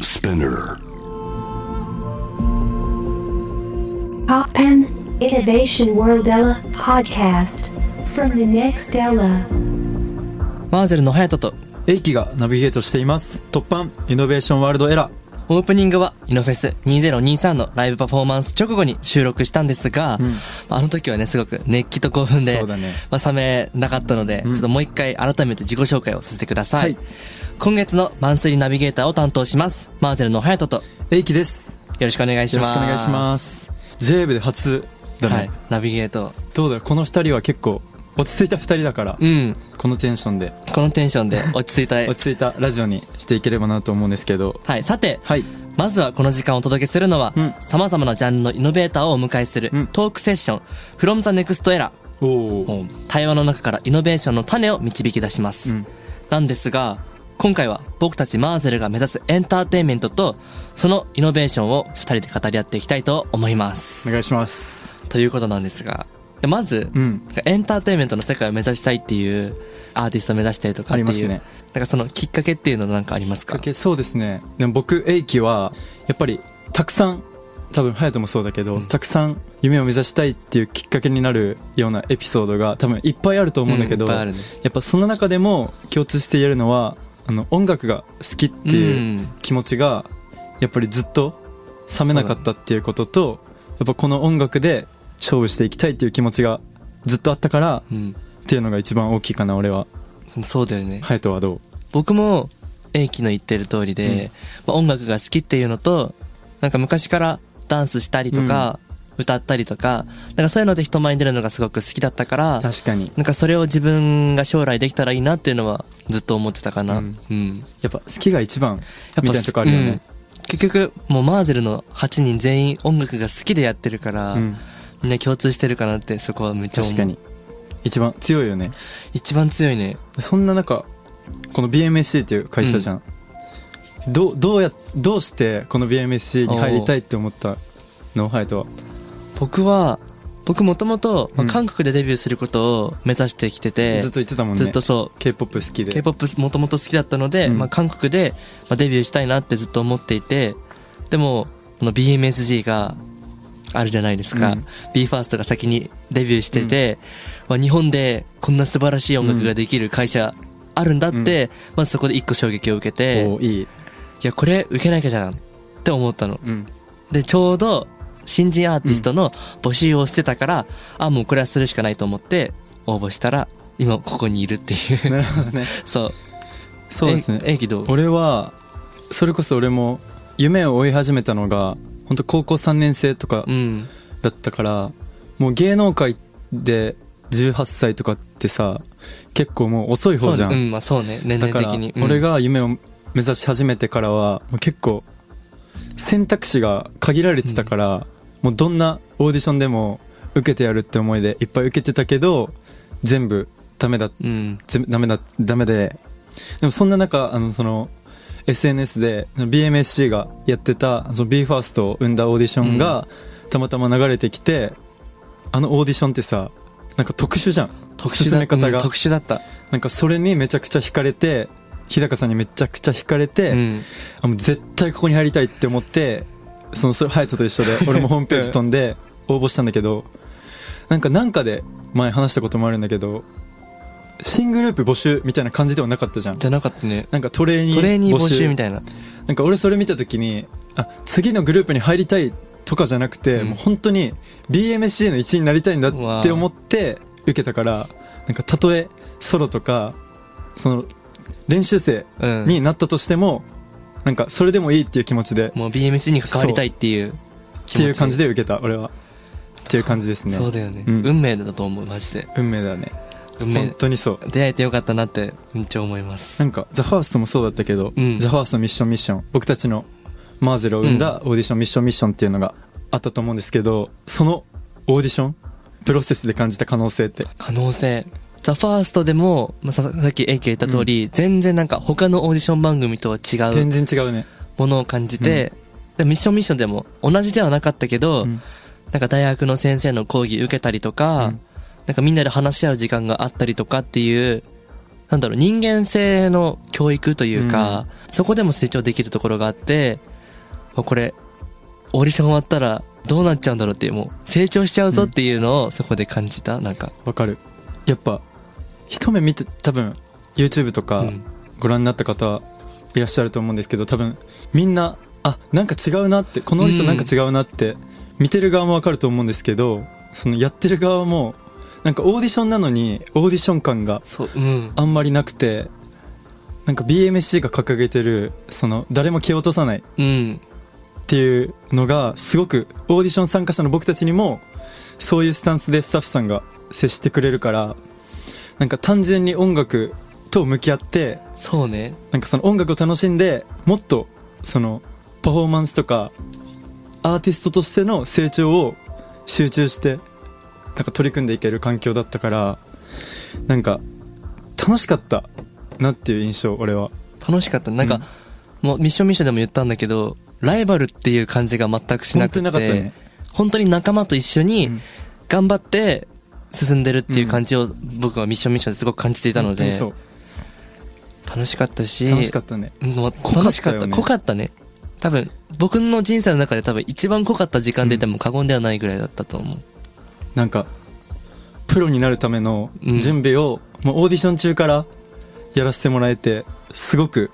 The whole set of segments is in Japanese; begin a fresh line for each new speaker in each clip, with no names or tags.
Spinner.
Poppen Innovation World Ella podcast from the next Ella.
マーゼルの隼人と
英気がナビゲートしています突破イノベーションワールドエラー
オープニングはイノフェス2023のライブパフォーマンス直後に収録したんですが、あの時はねすごく熱気と興奮で、
そうだね
まあ、冷めなかったので、ちょっともう一回改めて自己紹介をさせてください、
はい
今月のマンスリーナビゲーターを担当しますマーゼルの隼人と
英気です
よろしくお願いし
よ
ます、
ろしくお願いしますす j ブで初だね、
はい、ナビゲート
どうだろうこの二人は結構落ち着いた二人だから、
うん
このテンションで
このテンショ ンで落ち着いた
落ち着いたラジオにしていければなと思うんですけど
はい、さて、
はい
まずはこの時間をお届けするのは
うん、
さまざまなジャンルのイノベーターをお迎えする
うん
トークセッション、From the Next Era。
おお
もう対話の中からイノベーションの種を導き出します。
うん
なんですが、今回は僕たちマーゼルが目指すエンターテインメントと、そのイノベーションを2人で語り合っていきたいと思います。
お願いします
ということなんですが、でまず、
うん
エンターテインメントの世界を目指したいっていうアーティストを目指したりとかって
ありま
い
す
う、
ね
なんかそのきっかけっていうのなんかありますか
かけそうですねでも僕英気はやっぱりたくさん多分隼人もそうだけど、たくさん夢を目指したいっていうきっかけになるようなエピソードが多分いっぱいあると思うんだけど、
うんいっぱいあるね
やっぱその中でも共通して言えるのはあの音楽が好きっていううん気持ちがやっぱりずっと冷めなかったっていうことと、やっぱこの音楽で勝負していきたいっていう気持ちがずっとあったから、
う
っ
ん。
ていうのが一番大きいかな俺は
そうだよね。
隼人はどう
僕も英樹の言ってる通りで、まあ、音楽が好きっていうのとなんか昔からダンスしたりとか、歌ったりとかなんかそういうので人前に出るのがすごく好きだったから
確かに
なんかそれを自分が将来できたらいいなっていうのはずっと思ってたかな、う
うんんやっぱ好きが一番
やっぱ
みたいなとこあるよね、
うん結局もうマーゼルの8人全員音楽が好きでやってるから、
うん
みんな共通してるかなってそこはめっちゃ思う
確かに一番強いよね
一番強いね
そんな中この BMSC っていう会社じゃん、どうどうやどうしてこの BMSC に入りたいって思ったのハヤトは
僕は僕もともとまあ
うん
韓国でデビューすることを目指してきてて、
ずっと言ってたもんね
ずっとそう
k p o p 好きで
k p o p もともと好きだったので、
うん
まあ、韓国で、まあ、デビューしたいなってずっと思っていてでもその BMSG があるじゃないですか、
うん
BE:FIRST が先にデビューしてて、まあ、日本でこんな素晴らしい音楽ができる会社あるんだって、まずそこで一個衝撃を受けて、い
おーいい、
やこれ受けなきゃじゃんって思ったの。
うん、
でちょうど新人アーティストの募集をしてたから、あもうこれはするしかないと思って応募したら今ここにいるっていう、
なるほどね
そう
そうですね
え演技どう
俺はそれこそ俺も夢を追い始めたのが本当高校3年生とか
うん
だったからもう芸能界で18歳とかってさ結構もう遅い
そ
方
う
じ
ね
ゃん、
うんまあそうね年
だ
齢
か
的
ら
に、
俺
が
が夢を目指し始めてからはもう結構選択肢が限られてたから、もうどんなオーディションでも受けてやるって思いでいっぱい受けてたけど全部ダメだ
うん
全部ダメだダメででもそんな中あのその SNS で BMSC がやってたその BE:FIRST を生んだオーディションがたまたま流れてきて、あのオーディションってさなんか特殊じゃん
特殊
進
だ
め方
う
が
ん、特殊だった
なんかそれにめちゃくちゃ惹かれて日高さんにめちゃくちゃ惹かれて、
うん
あもう絶対ここに入りたいって思ってそのそれ隼人と一 緒で俺もホームページ飛んで応募したんだけどなんかなんかで前話したこともあるんだけど新グループ募集みたいな感じではなかったじゃん
じゃなかったね
なんかトレーニー募集
トレーニー募集みたいな
なんか俺それ見た時にあ次のグループに入りたいとかじゃなくて、
うん
もう本当に BMC の一員になりたいんだ
うわ
って
ー
思って受けたからなんかたとえソロとかその練習生
うん
になったとしても、なんかそれでもいいっていう気持ちでっ
もう BMC に関わりたいっていう気持ち
ていう感じで受けた俺はっていう感じですね
そうだよね、
うん
運命だと思うマジで
運命だね
運命
本当にそう
出会えてよかったなってめっちゃ思います
なんか、ザ・ファーストもそうだったけど、
うん
ザ・ファーストミッションミッション、僕たちのマーゼルを生んだオーディションミッションミッションっていうのがあったと思うんですけど、そのオーディションプロセスで感じた可能性って。
可能性ザ・ファーストでも、まあ、ささっき AK 言った通り、全然なんか他のオーディション番組とは違
全
う
然違うね。
ものを感じて、でミッションミッションでも同じではなかったけど、
うん
なんか大学の先生の講義受けたりとか、
うん
なんかみんなで話し合う時間があったりとかっていうなんだろう人間性の教育というか、そこでも成長できるところがあってあこれオーディション終わったらどうなっちゃうんだろうっていうもう成長しちゃうぞっていうのをそこで感じたなんか
わかるやっぱ一目見て多分 YouTube とか
うん
ご覧になった方いらっしゃると思うんですけど多分みんなあなんか違うなってこのオーディションなんか違うなって、見てる側もわかると思うんですけどそのやってる側もなんかオーディションなのにオーディション感が
そううん
あんまりなくてなんか BMC が掲げてるその誰も蹴落とさない
うん
っていうのがすごくオーディション参加者の僕たちにもそういうスタンスでスタッフさんが接してくれるからなんか単純に音楽と向き合って
そうね
なんかその音楽を楽しんでもっとそのパフォーマンスとかアーティストとしての成長を集中してなんか取り組んでいける環境だったからなんか楽しかったなっていう印象俺は
楽しかったなんか、もうミッションミッションでも言ったんだけどライバルっていう感じが全くしな
本
くて
当になかったね
本当に仲間と一緒に
うん
頑張って進んでるっていう感じを僕はミッションミッションですごく感じていたの
本当
で
にそう
楽しかったし
楽しかったね
もう
濃か
楽
っ
したか
よね
った濃かったね多分僕の人生の中で多分一番濃かった時間で言っても過言ではないぐらいだったと思う、
なんかプロになるための準備を、もうオーディション中からやらせてもらえてすごく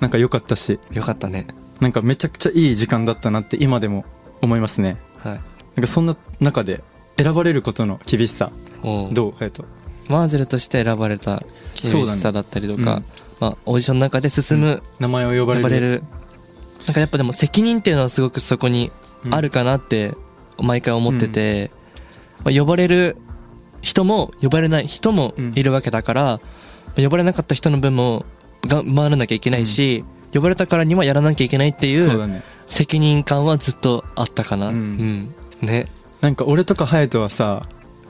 なんか良かったし
よかったね
なんかめちゃくちゃいい時間だったなって今でも思いますね
はい
なんかそんな中で選ばれることの厳しさ
おう
どう隼人
マーゼルとして選ばれた厳しさだったりとか、
うん
まあ、オーディションの中で進む、
名前を呼ば
呼
れる
ばれるなんかやっぱでも責任っていうのはすごくそこにあるかなって毎回思ってて、まあ、呼ばれる人も呼ばれない人も
うん
いるわけだから、まあ呼ばれなかった人の分も頑張らなきゃいけないし、呼ばれたからにはやらなきゃいけないってい
そうだ
う
ね
責任感はずっとあったかな、
う
うんんね
なんか俺とか隼人はさ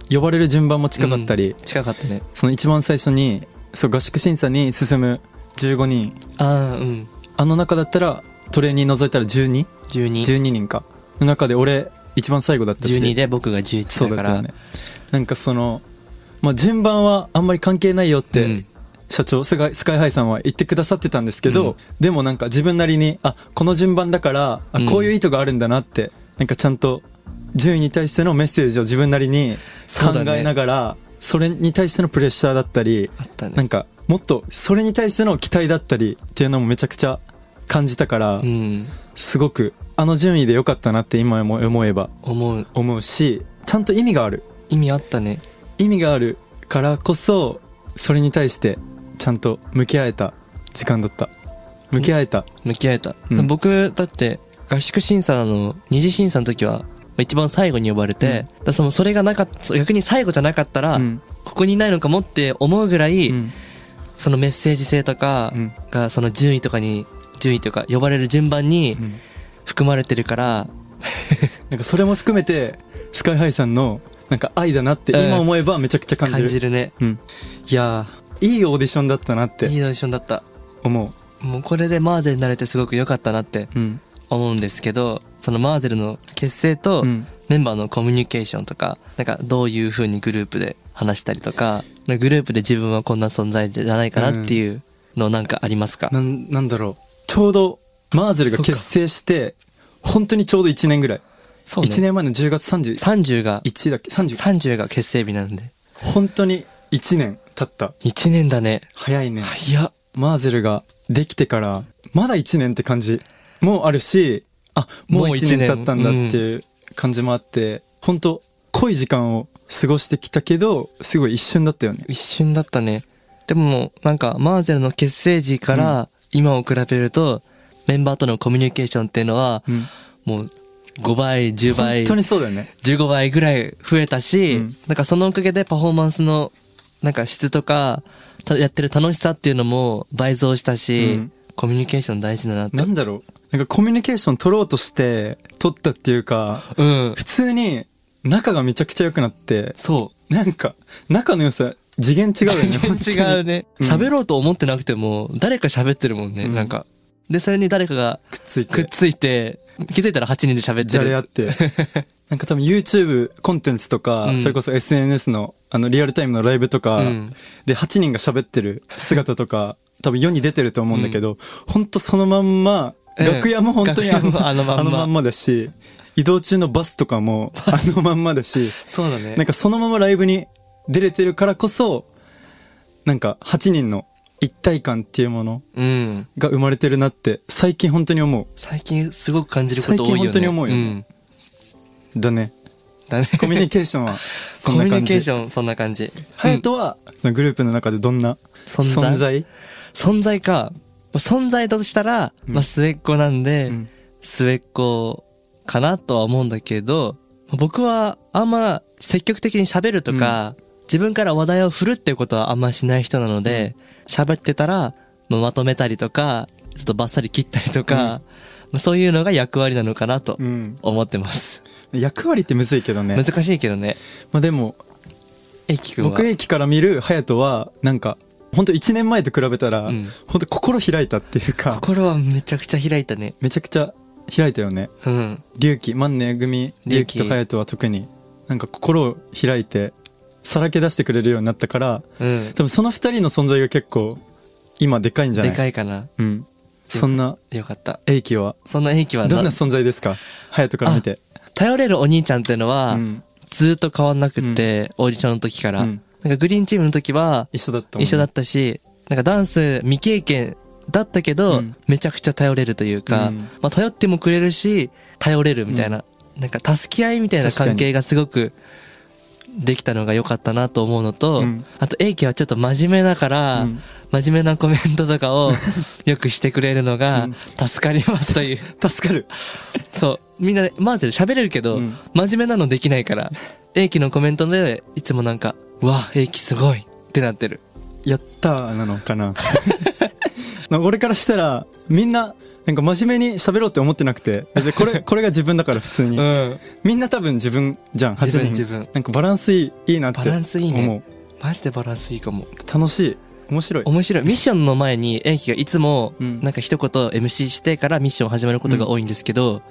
呼ばれる順番も近かったり、
うん近かったね
その一番最初にそう合宿審査に進む15人
ああうん
あの中だったらトレーニー除いたら12
1212
12人かの中で俺一番最後だったし
で僕が11
そう
だ
だ
か
った
ら
よねなんかその、まあ、順番はあんまり関係ないよっ
う
て
ん
社長スカイスカイハイさんは言ってくださってたんですけど、
うん
でもなんか自分なりにあこの順番だからあ
うん
こういう意図があるんだなって、なんかちゃんと順位に対してのメッセージを自分なりに
そう
考
だね
えながらそ,、れに対してのプレッシャーだったり
あったね
なんかもっとそれに対しての期待だったりっていうのもめちゃくちゃ感じたから、
うん
すごくあの順位で良かったなって今も思えば
思う
思うしちゃんと意味がある
意味あったね
意味があるからこそそれに対してちゃんと向き合えた時間だった向き合えた
向き合えた、
うん
僕だって合宿審査の二次審査の時は一番最後に呼ばれて、だからそのそれがなかった逆に最後じゃなかったら、
うん
ここにいないのかもって思うぐらい、
うん
そのメッセージ性とか
うん
がその順位とかに順位というか呼ばれる順番に
うん
含まれてるから、
なんかそれも含めてスカイハイさんのなんか愛だなって今思えばめちゃくちゃ感じる,、
感じるね
うん、いやーいいオーディションだったなっ
いい
て
オーディションだった
思
もうこれでマーゼになれてすごく良かったなって
う、うん、
思うんですけどそのマーゼルの結成と
うん
メンバーのコミュニケーションとかなんかどういう風にグループで話したりとかなんかグループで自分はこんな存在じゃないかなっていうのなんかありますか、
なんなんだろうちょうどマーゼルが結成して本当にちょうど1年ぐらい、
そうね
1年前の10月31
30が
だっけ30
30が結成日なんで
本当に1年経った
1年だね
早いね
いや
マーゼルができてからまだ1年って感じもあるしあもう
もう
1
一
年
年
経ったんだっていう感じもあって本当濃い時間を過ごしてきたけどすごい一瞬だったよね
一瞬だったねでもなんかマーゼルの結成時から今を比べるとメンバーとのコミュニケーションっていうのは
うん
もう5倍10倍
本当にそうだよね
15倍ぐらい増えたし、
うん
なんかそのおかげでパフォーマンスのなんか質とかたやってる楽しさっていうのも倍増したし、
うん
コミュニケーション大事だなって
なんだろうなんかコミュニケーション取ろうとして取ったっていうか
うん
普通に仲がめちゃくちゃ良くなって
そ
なんか仲の良さ次元違う
う
よね
違うね
うん
喋ろうと思ってなくても誰か喋ってるもんね、
うん
なんかでそれに誰かが
くっついて
くっついて気づいたら8人で喋って
じゃれ合
る
って。 なんか多分 YouTube コンテンツとか、
うん
それこそ SNS のあのリアルタイムのライブとか、
うん
で8人が喋ってる姿とか、多分世に出てると思うんだけど、ほんとそのまんま
うん
楽屋も本当にあ
楽屋
の
もあのまんま
まだし移動中のバスと かもあのまんまだし
そうだね
なんかそのままライブに出れてるからこそなんか8人の一体感っていうもの
うん
が生まれてるなって最近本当に思
最近すごく感じること多いよね
最近本当に思うよねう だね
うん、だね
コミュニケーションはそ
コ
ん
ミ
な
ュ
感
ニケー
じ
ションそんな感じ
隼人はそのグループの中でどんな
存在
存在
存在か存在だとしたら、
うん
まあ、末っ子なんで、
うん
末っ子かなとは思うんだけど僕はあんま積極的に喋るとか、自分から話題を振るっていうことはあんましない人なので喋、ってたらまあまとめたりとかちょっとバッサリ切ったりとか、まあそういうのが役割なのかなと
うん
思ってます、
役割ってむずいけどね
難しいけどね
まあでも
えいきくんは
僕駅から見る隼人はなんか本当1年前と比べたら、
うん
本当心開いたっていうか
心はめちゃくちゃ開いたね
めちゃくちゃ開いたよね
うん
龍騎万年組龍
龍騎
騎と隼人は特になんか心を開いてさらけ出してくれるようになったから
うん
多分その2人の存在が結構今でかいんじゃな
で
い
かいかな
うん、そんな
よかった
英気は
そんな英気は
どんな存在ですか隼人から見て
頼れるお兄ちゃんっていうのは、
うん
ずーっと変わんなくって、オーディションの時から、
うん
なんかグリーンチームの時は
一緒だったもんね
一緒だったし、なんかダンス未経験だったけど、
うん
めちゃくちゃ頼れるというか、
うん
まあ頼ってもくれるし頼れるみたいな、なんか助け合いみたいな
確かに
関係がすごくできたのが良かったなと思うのと、
うん
あと英気はちょっと真面目だから、
うん
真面目なコメントとか をよくしてくれるのが
うん
助かりますという。
助かる
そうみんなでマーゼル喋れるけど、
うん
真面目なのできないから英気のコメントでいつもなんか「うわ英気すごい!」ってなってる
やったーなのかな なんか俺からしたらみんななんか真面目に喋ろうって思ってなくて別にこ れこれが自分だから普通に、
ん
みんな多分自分じゃん8
自分
人
自分
なんかバランスいいいいなって
バ
思う
ランスいいねマジでバランスいいかも
楽しい面白い
面白いミッションの前に英気がいつも
うん
なんか一言 MC してからミッション始まることが多いんですけど、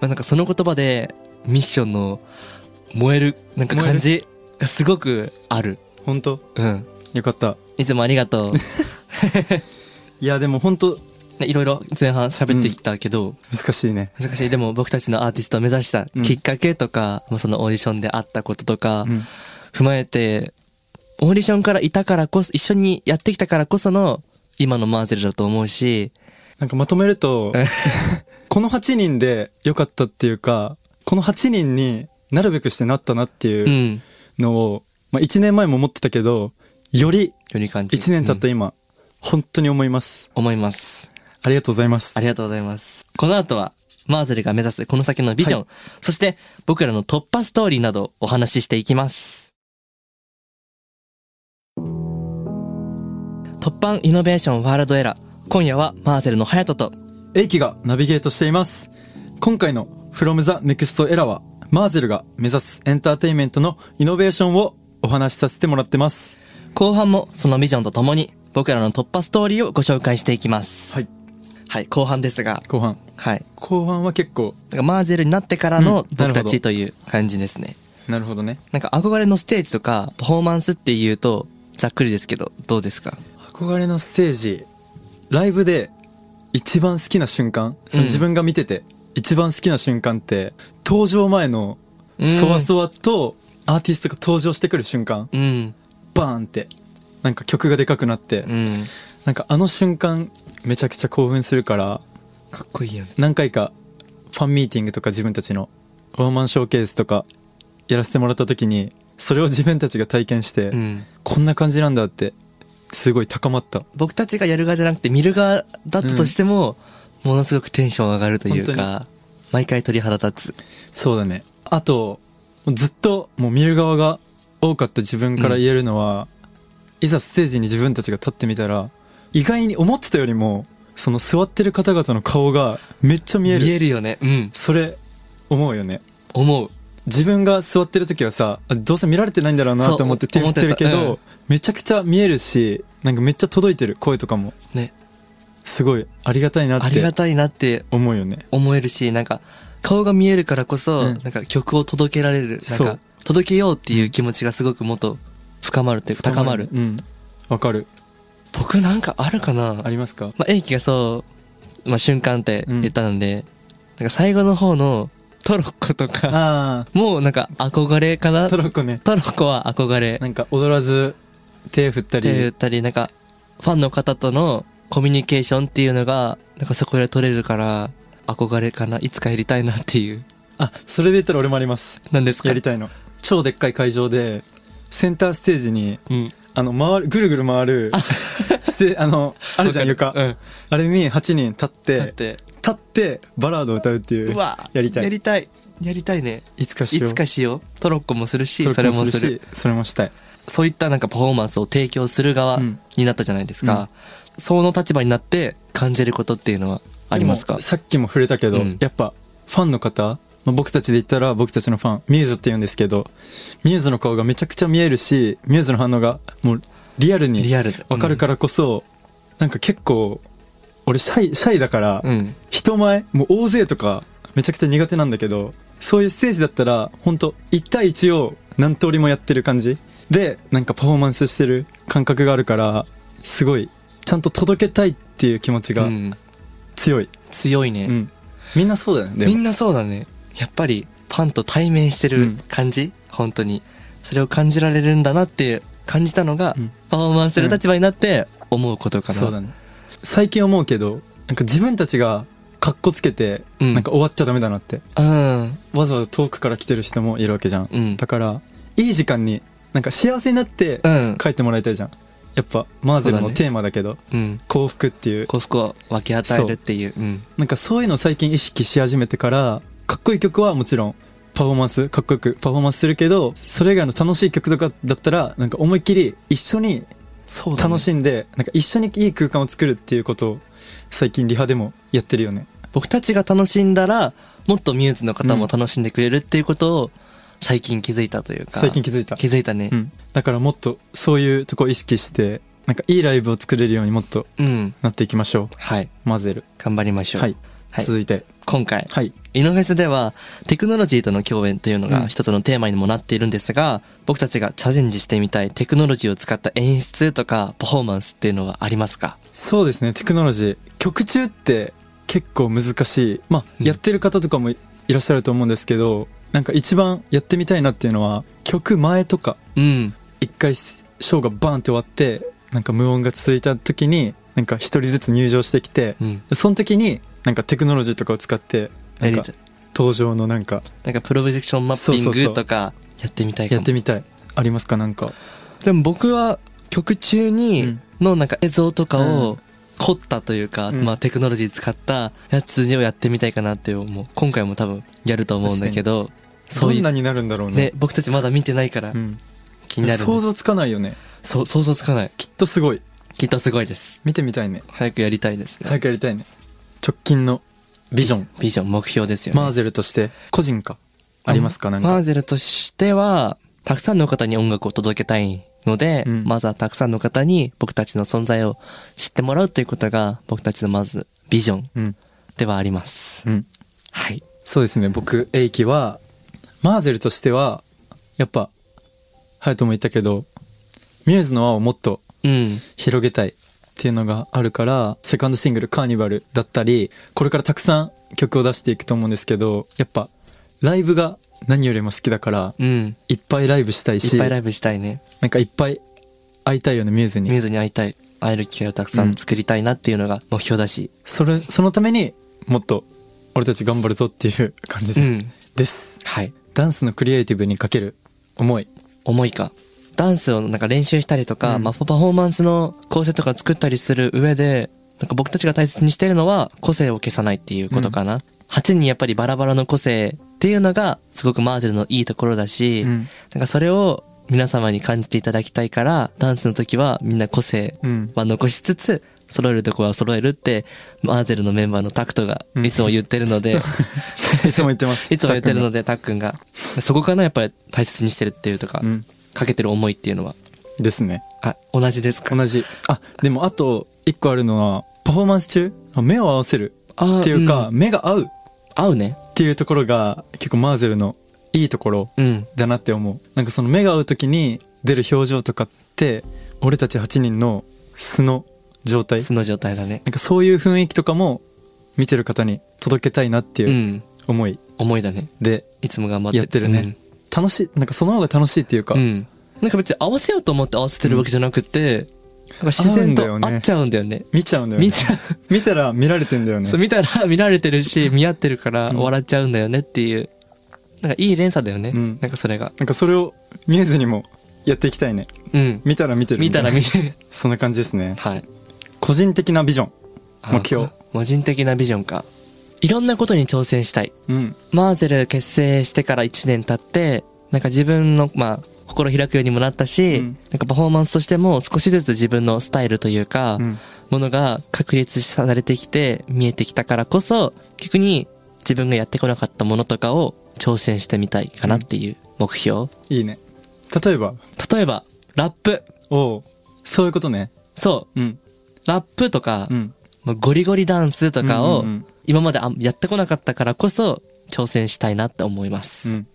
まあ、なんかその言葉でミッションの燃えるなんか感じがすごくある
本当
うん
よかった
いつもありが とう
いやでも本当
いろいろ前半喋ってきたけど、
難しいね
難しいでも僕たちのアーティストを目指したきっかけとか、まあそのオーディションであったこととか、
うん
踏まえてオーディションからいたからこそ一緒にやってきたからこその今のマーゼルだと思うし
なんかまとめ るとこの8人で良かったっていうかこの8人になるべくしてなったなって
う
いうんのを、まあ、1年前も思ってたけどより
より感じ
1年経った
うん
今、本当に思います
思います
ありがとうございます
ありがとうございますこの後はマーゼルが目指すこの先のビジョン、
は
そして僕らの突破ストーリーなどお話ししていきます突破イノベーションワールドエラー今夜はマーゼルのハヤトと
エイキがナビゲートしています今回の「From the Next Era」はマーゼルが目指すエンターテインメントのイノベーションをお話しさせてもらってます
後半もそのビジョンとともに僕らの突破ストーリーをご紹介していきます。
はい。
はい、後半ですが、
後半
はい。
後半は結構
だからマーゼルになってからの
うんな
僕
るほど
たちという感じですね。
なるほどね
なんか憧れのステージとかパフォーマンスっていうとざっくりですけど、どうですか
憧れのステージライブで一番好きな瞬間その
うん
自分が見てて一番好きな瞬間って登場前の
うん
そわそわとアーティストが登場してくる瞬間
うん。
バーンってなんか曲がでかくなって
うん。
なんかあの瞬間めちゃくちゃ興奮するから
かっこいいよね。
何回かファンミーティングとか自分たちのワンマンショーケースとかやらせてもらった時にそれを自分たちが体験して、
うん。
こんな感じなんだってすごい高まった
僕たちがやる側じゃなくて見る側だったとしても、ものすごくテンション上がるという
本
か、毎回鳥肌立つ。
そうだねあとずっともう見る側が多かった自分から言えるのは、いざステージに自分たちが立ってみたら意外に思ってたよりもその座ってる方々の顔がめっちゃ見える
見えるよね。うん。
それ思うよね
思う。
自分が座ってる時はさあどうせ見られてないんだろうな
そう
と思って手振
思
っ
って
てるけ
たう
ど、
ん
めちゃくちゃ見えるしなんかめっちゃ届いてる声とかも
ね。
すごいありがたいな
あ
っ
りが
て
たいなって
思うよね
思えるしなんか顔が見えるからこそ、
うん
なんか曲を届けられるなん
そう
か届けようっていう気持ちがすごくもっと深まるというか高まる
うんわかる
僕なんかあるかな
ありますか
まあ英気がそうまあ、瞬間って言ったので、なんか最後の方のトロッコとか、
あ
もうなんか憧れか
あ
な ト
ト
ロ
ロッコね
ッコは憧れ。
なんか踊らず手振った
って言
り
ったり、なんか、ファンの方とのコミュニケーションっていうのが、なんかそこで取れるから、憧れかな、いつかやりたいなっていう。
あそれで言ったら俺もあります
なんですか
やりたいの超でっかい会場でセンターステージに
うん。
あの回るぐるぐる回るステ あのあるじゃん
わか
床、
るうん
あれに8人立って
だって、
立ってバラードを歌うっていう
うわ
やりた
や
い
りたい。やりたいね。
いつかし
い
よう
つかしよう。トロッコもするし、そ
そ
れ
れ
も
も
す
する
る
し。それもしたい
そういったなんかパフォーマンスを提供する側
うん
になったじゃないですか。その立場になって感じることっていうのはあります
で
か
もさっきも触れたけど、
うん
やっぱファンの方、まあ、僕たちで言ったら僕たちのファンミューズって言うんですけどミューズの顔がめちゃくちゃ見えるしミューズの反応がもうリアルに
リアルで
わかるからこそ、なんか結構俺シャイシャイだから、
うん。
人前もう大勢とかめちゃくちゃ苦手なんだけどそういうステージだったら本当1対1を何通りもやってる感じでなんかパフォーマンスしてる感覚があるからすごいちゃんと届けたいっていう気持ち
う
が
ん。
強い、
強いうね。
ん、みんなそうだよねで
み
も
んなそうだね。やっぱりファンと対面して
う
る
ん
感じ、本当に。それを感じられるんだなって感じたのが、
うん
パフォーマンスする立場になって思うことかな。
そうだね最近思うけどなんか自分たちがかっこつけて
うん
なんか終わっちゃダメだなって、
うん。
わざわざ遠くから来てる人もいるわけじゃん、
うん
だからいい時間になんか幸せになって
うん
帰ってもらいたいじゃんやっぱマーゼル
そうだ
の
ね
テーマだけど
うん。
幸福っていう
幸福を分け与えるっていう。うん。
なんかそういうのを最近意識し始めてからかっこいい曲はもちろんパフォーマンスかっこよくパフォーマンスするけどそれ以外の楽しい曲とかだったらなんか思いっきり一緒に
そうだね
楽しんで、なんか一緒にいい空間を作るっていうことを最近リハでもやってるよね
僕たちが楽しんだら、もっとミューズの方も楽しんでくれるっていうことを最近気づいたというか。
最近気づいた
気づいたね
う。ん、だからもっとそういうとこ意識してなんかいいライブを作れるようにもっと
うん。
なっていきましょ
はい。
うマゼル
頑張りましょう。
はい、
はい
続いて
今回、
はい
イノフェスではテクノロジーとの共演というの
う
が
ん
一つのテーマにもなっているんですが、僕たちがチャレンジしてみたいテクノロジーを使った演出とかパフォーマンスっていうのはありますか
そうですねテクノロジー曲中って結構難しいまあ、
うん
やってる方とかもいいらっしゃると思うんですけどなんか一番やってみたいなっていうのは曲前とか
うん。
一回ショーがバーンって終わってなんか無音が続いた時になんか一人ずつ入場してきて、
うん。
その時になんかテクノロジーとかを使ってな
や
ん
り
か
たい
登場のなんか
なんかプロジェクションマッピン
そうそうそ
グ
う
とかやってみたいか
や
も。
ってみたいありますかなんか
でも僕は曲中
う
に
ん
のなんか映像とか
う
を凝ったというか、
うん
まあテクノロジー使ったやつをやってみたいかなって思う。今回も多分やると思うんだけど、そうい
どん
う
な。になるんだろうね
ね、僕たちまだ見てないから
うん、
気になるんで
想
す。
像つかないよね
そう、想像つかない。
きっとすごい
きっとすごいです。
見てみたいね
早くやりたいですね。
早くやりたいね直近のビジョン
ビジョン、目標ですよね。
マーゼルとして個人かありますかなん
マ
か
ーゼルとしては、たくさんの方に音楽を届けたいので、
うん
まずはたくさんの方に僕たちの存在を知ってもらうということが、僕たちのまずビジョン
うん
ではあります。
うん
はい。
そうですね僕エイキはマーゼルとしてはやっぱハヤトも言ったけどミューズの輪をもっと
うん。
広げたいっていうのがあるからセカンドシングル「カーニバル」だったりこれからたくさん曲を出していくと思うんですけどやっぱライブが何よりも好きだから
うん。
いっぱいライブしたい
い
し
っぱいライブしたいね。
なんかいっぱい会いたいよねミューズ
ミュ
に
ーズに会いたい。会える機会をたくさん作りたいなっていうのが目標だし。
それそのためにもっと俺たち頑張るぞっていう 感じ
う
で,、
ん。
です
はい。
ダンスのクリエイティブにかける思い
思いか。ダンスをなんか練習したりとか、
うん
まあパフォーマンスの構成とか作ったりする上で、なんか僕たちが大切にしてるのは個性を消さないっていうことかな。8人やっぱりバラバラの個性っていうのがすごくマーゼルのいいところだし、
うん
なんかそれを皆様に感じていただきたいから、ダンスの時はみんな個性
うん
は残しつつ、揃えるとこは揃えるって、マーゼルのメンバーのタクトがいつも言ってるの で、
いつも言ってます
いつも言ってるので、タックンが。そこかな、やっぱり大切にしてるっていうとか、
うん
かけてる思いっていうのは。
ですね
あ、同じですか
同じあでもあと一個あるのはパフォーマンス中目を合わせる
あー
っていうか、
う
目が合うっ
合うね。
ていうところが結構マーゼルのいいところ
うん。
だなって思うなんかその目が合う時に出る表情とかって俺たち8人の素の状態
素の状態だね。
なんかそういう雰囲気とかも見てる方に届けたいなって
う
いうん思い
思いだね
で
いつも頑張って
やってるね、楽しいなんかその方が楽しいっていうか、
うんうんなんか別に合わせようと思って合わせてるわけじゃなくて、なんか自然
合
と
うんだよね
合っちゃうんだよね
見ちゃうんだよね
見ちゃう
見たら見られてんだよね
そう見たら 見られてるし見合ってるから笑っちゃうんだよねっていうなんかいい連鎖だよね、
うん
なんかそれが
なんかそれを見えずにもやっていきたいね
うん
見たら見てる
見たら見てる
そんな感じですね
はい
個人的なビジョン
あ
目標
個人的なビジョンかいろんなことに挑戦したい
うん
マーゼル結成してから1年経ってなんか自分のまあ心開くようにもなったし、
うん
なんかパフォーマンスとしても少しずつ自分のスタイルというか、
うん
ものが確立されてきて見えてきたからこそ逆に自分がやってこなかったものとかを挑戦してみたいかなっていう目標、
いいね例えば
例えばラップ
おうそういうことね
そ
うん
うラップとか、
うん
もうゴリゴリダンスとか
う
を
んうんうん
今まであんやってこなかったからこそ挑戦したいなって思いま
う
す、
ん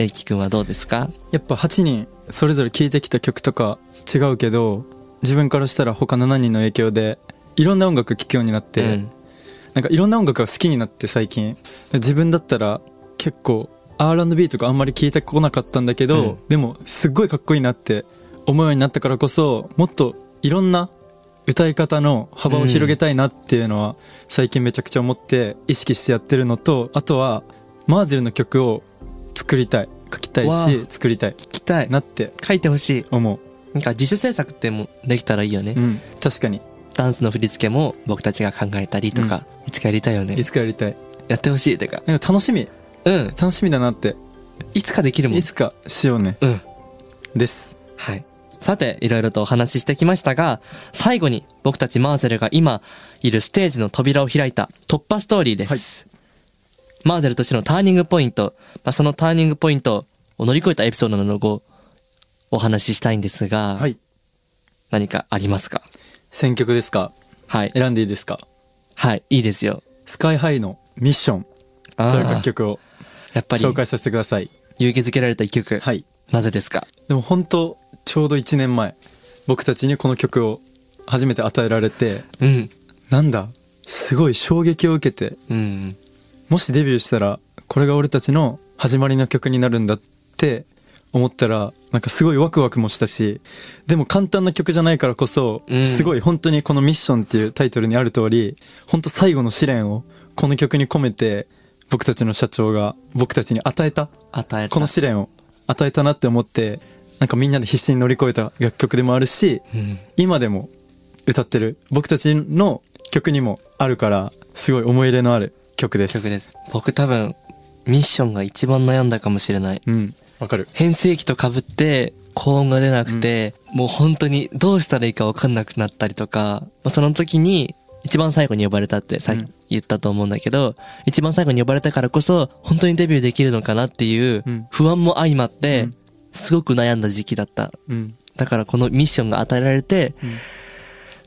えいきくんはどうですか
やっぱ8人それぞれ聴いてきた曲とか違うけど自分からしたら他7人の影響でいろんな音楽聴くようになって、
うん
なんかいろんな音楽が好きになって最近自分だったら結構 R&B とかあんまり聞いてこなかったんだけど、
うん
でもすっごいかっこいいなって思うようになったからこそもっといろんな歌い方の幅を広げたいなっていうのは最近めちゃくちゃ思って意識してやってるのとあとはマーゼルの曲を作りたい書きたい
わあ
し作りたい
聞きたい
なって
書いてほしい
思う、
なんか自主制作ってもできたらいいよね、
うん、確かに
ダンスの振り付けも僕たちが考えたりとか、いつかやりたいよね
いつかやりたい
やってほしいとか
なんか楽しみ
うん
楽しみだなって
いつかできるもん
いつかしようね
うん
です
はいさていろいろとお話ししてきましたが最後に僕たちマーゼルが今いるステージの扉を開いた突破ストーリーです、マーゼルとしてのターニングポイント、まあ、そのターニングポイントを乗り越えたエピソードなどをお話ししたいんですが、
はい
何かありますか
選曲ですか
はい
選んでいいですか
はいいいですよ
スカイハイのミッション
あ
という
ー
楽曲を
やっぱり
紹介させてください。
勇気づけられた一曲、
はい。
なぜですか
でも本当ちょうど1年前、僕たちにこの曲を初めて与えられて、
うん
なんだ、すごい衝撃を受けて、
うん
もしデビューしたら、これが俺たちの始まりの曲になるんだって思ったら、なんかすごいワクワクもしたし、でも簡単な曲じゃないからこそ、
うん
すごい本当にこのミッションっていうタイトルにある通り、本当最後の試練をこの曲に込めて、僕たちの社長が僕たちに与えた
与えた
この試練を与えたなって思ってなんかみんなで必死に乗り越えた楽曲でもあるし、
ん
今でも歌ってる僕たちの曲にもあるからすごい思い入れのある曲です。
曲です僕多分ミッションが一番悩んだかもしれない
うん、わかる。
変声期とかぶって高音が出なくて、もう本当にどうしたらいいか分かんなくなったりとか、まあその時に一番最後に呼ばれたってさっ
う
き
ん
言ったと思うんだけど、一番最後に呼ばれたからこそ本当にデビューできるのかなっていう
うん
不安も相まって、
うん
すごく悩んだ時期だった
うん、
だからこのミッションが与えられて、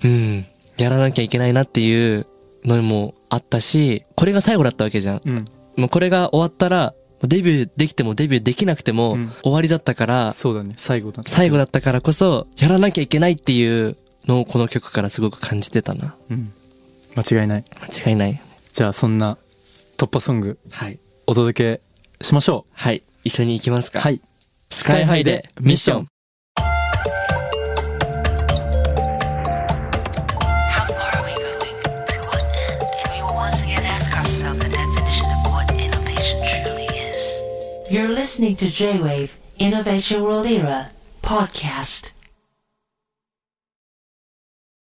うん、やらなきゃいけないなっていうのもあったし、これが最後だったわけじゃん。
うん、
もうこれが終わったら、デビューできてもデビューできなくても
うん
終わりだったから、
そうだね。最後だね。
最後だったからこそ、やらなきゃいけないっていうのをこの曲からすごく感じてたな。
うん、間違いない。
間違いない。
じゃあそんな突破ソング
はい。
お届けしましょ
はい。一緒に行きます
う。
か。
は。い。
スカイハイでミッション。
How far are we going? To what end? And we will once again ask ourselves the definition of what innovation truly is. You're listening to J-Wave Innovation World Era podcast.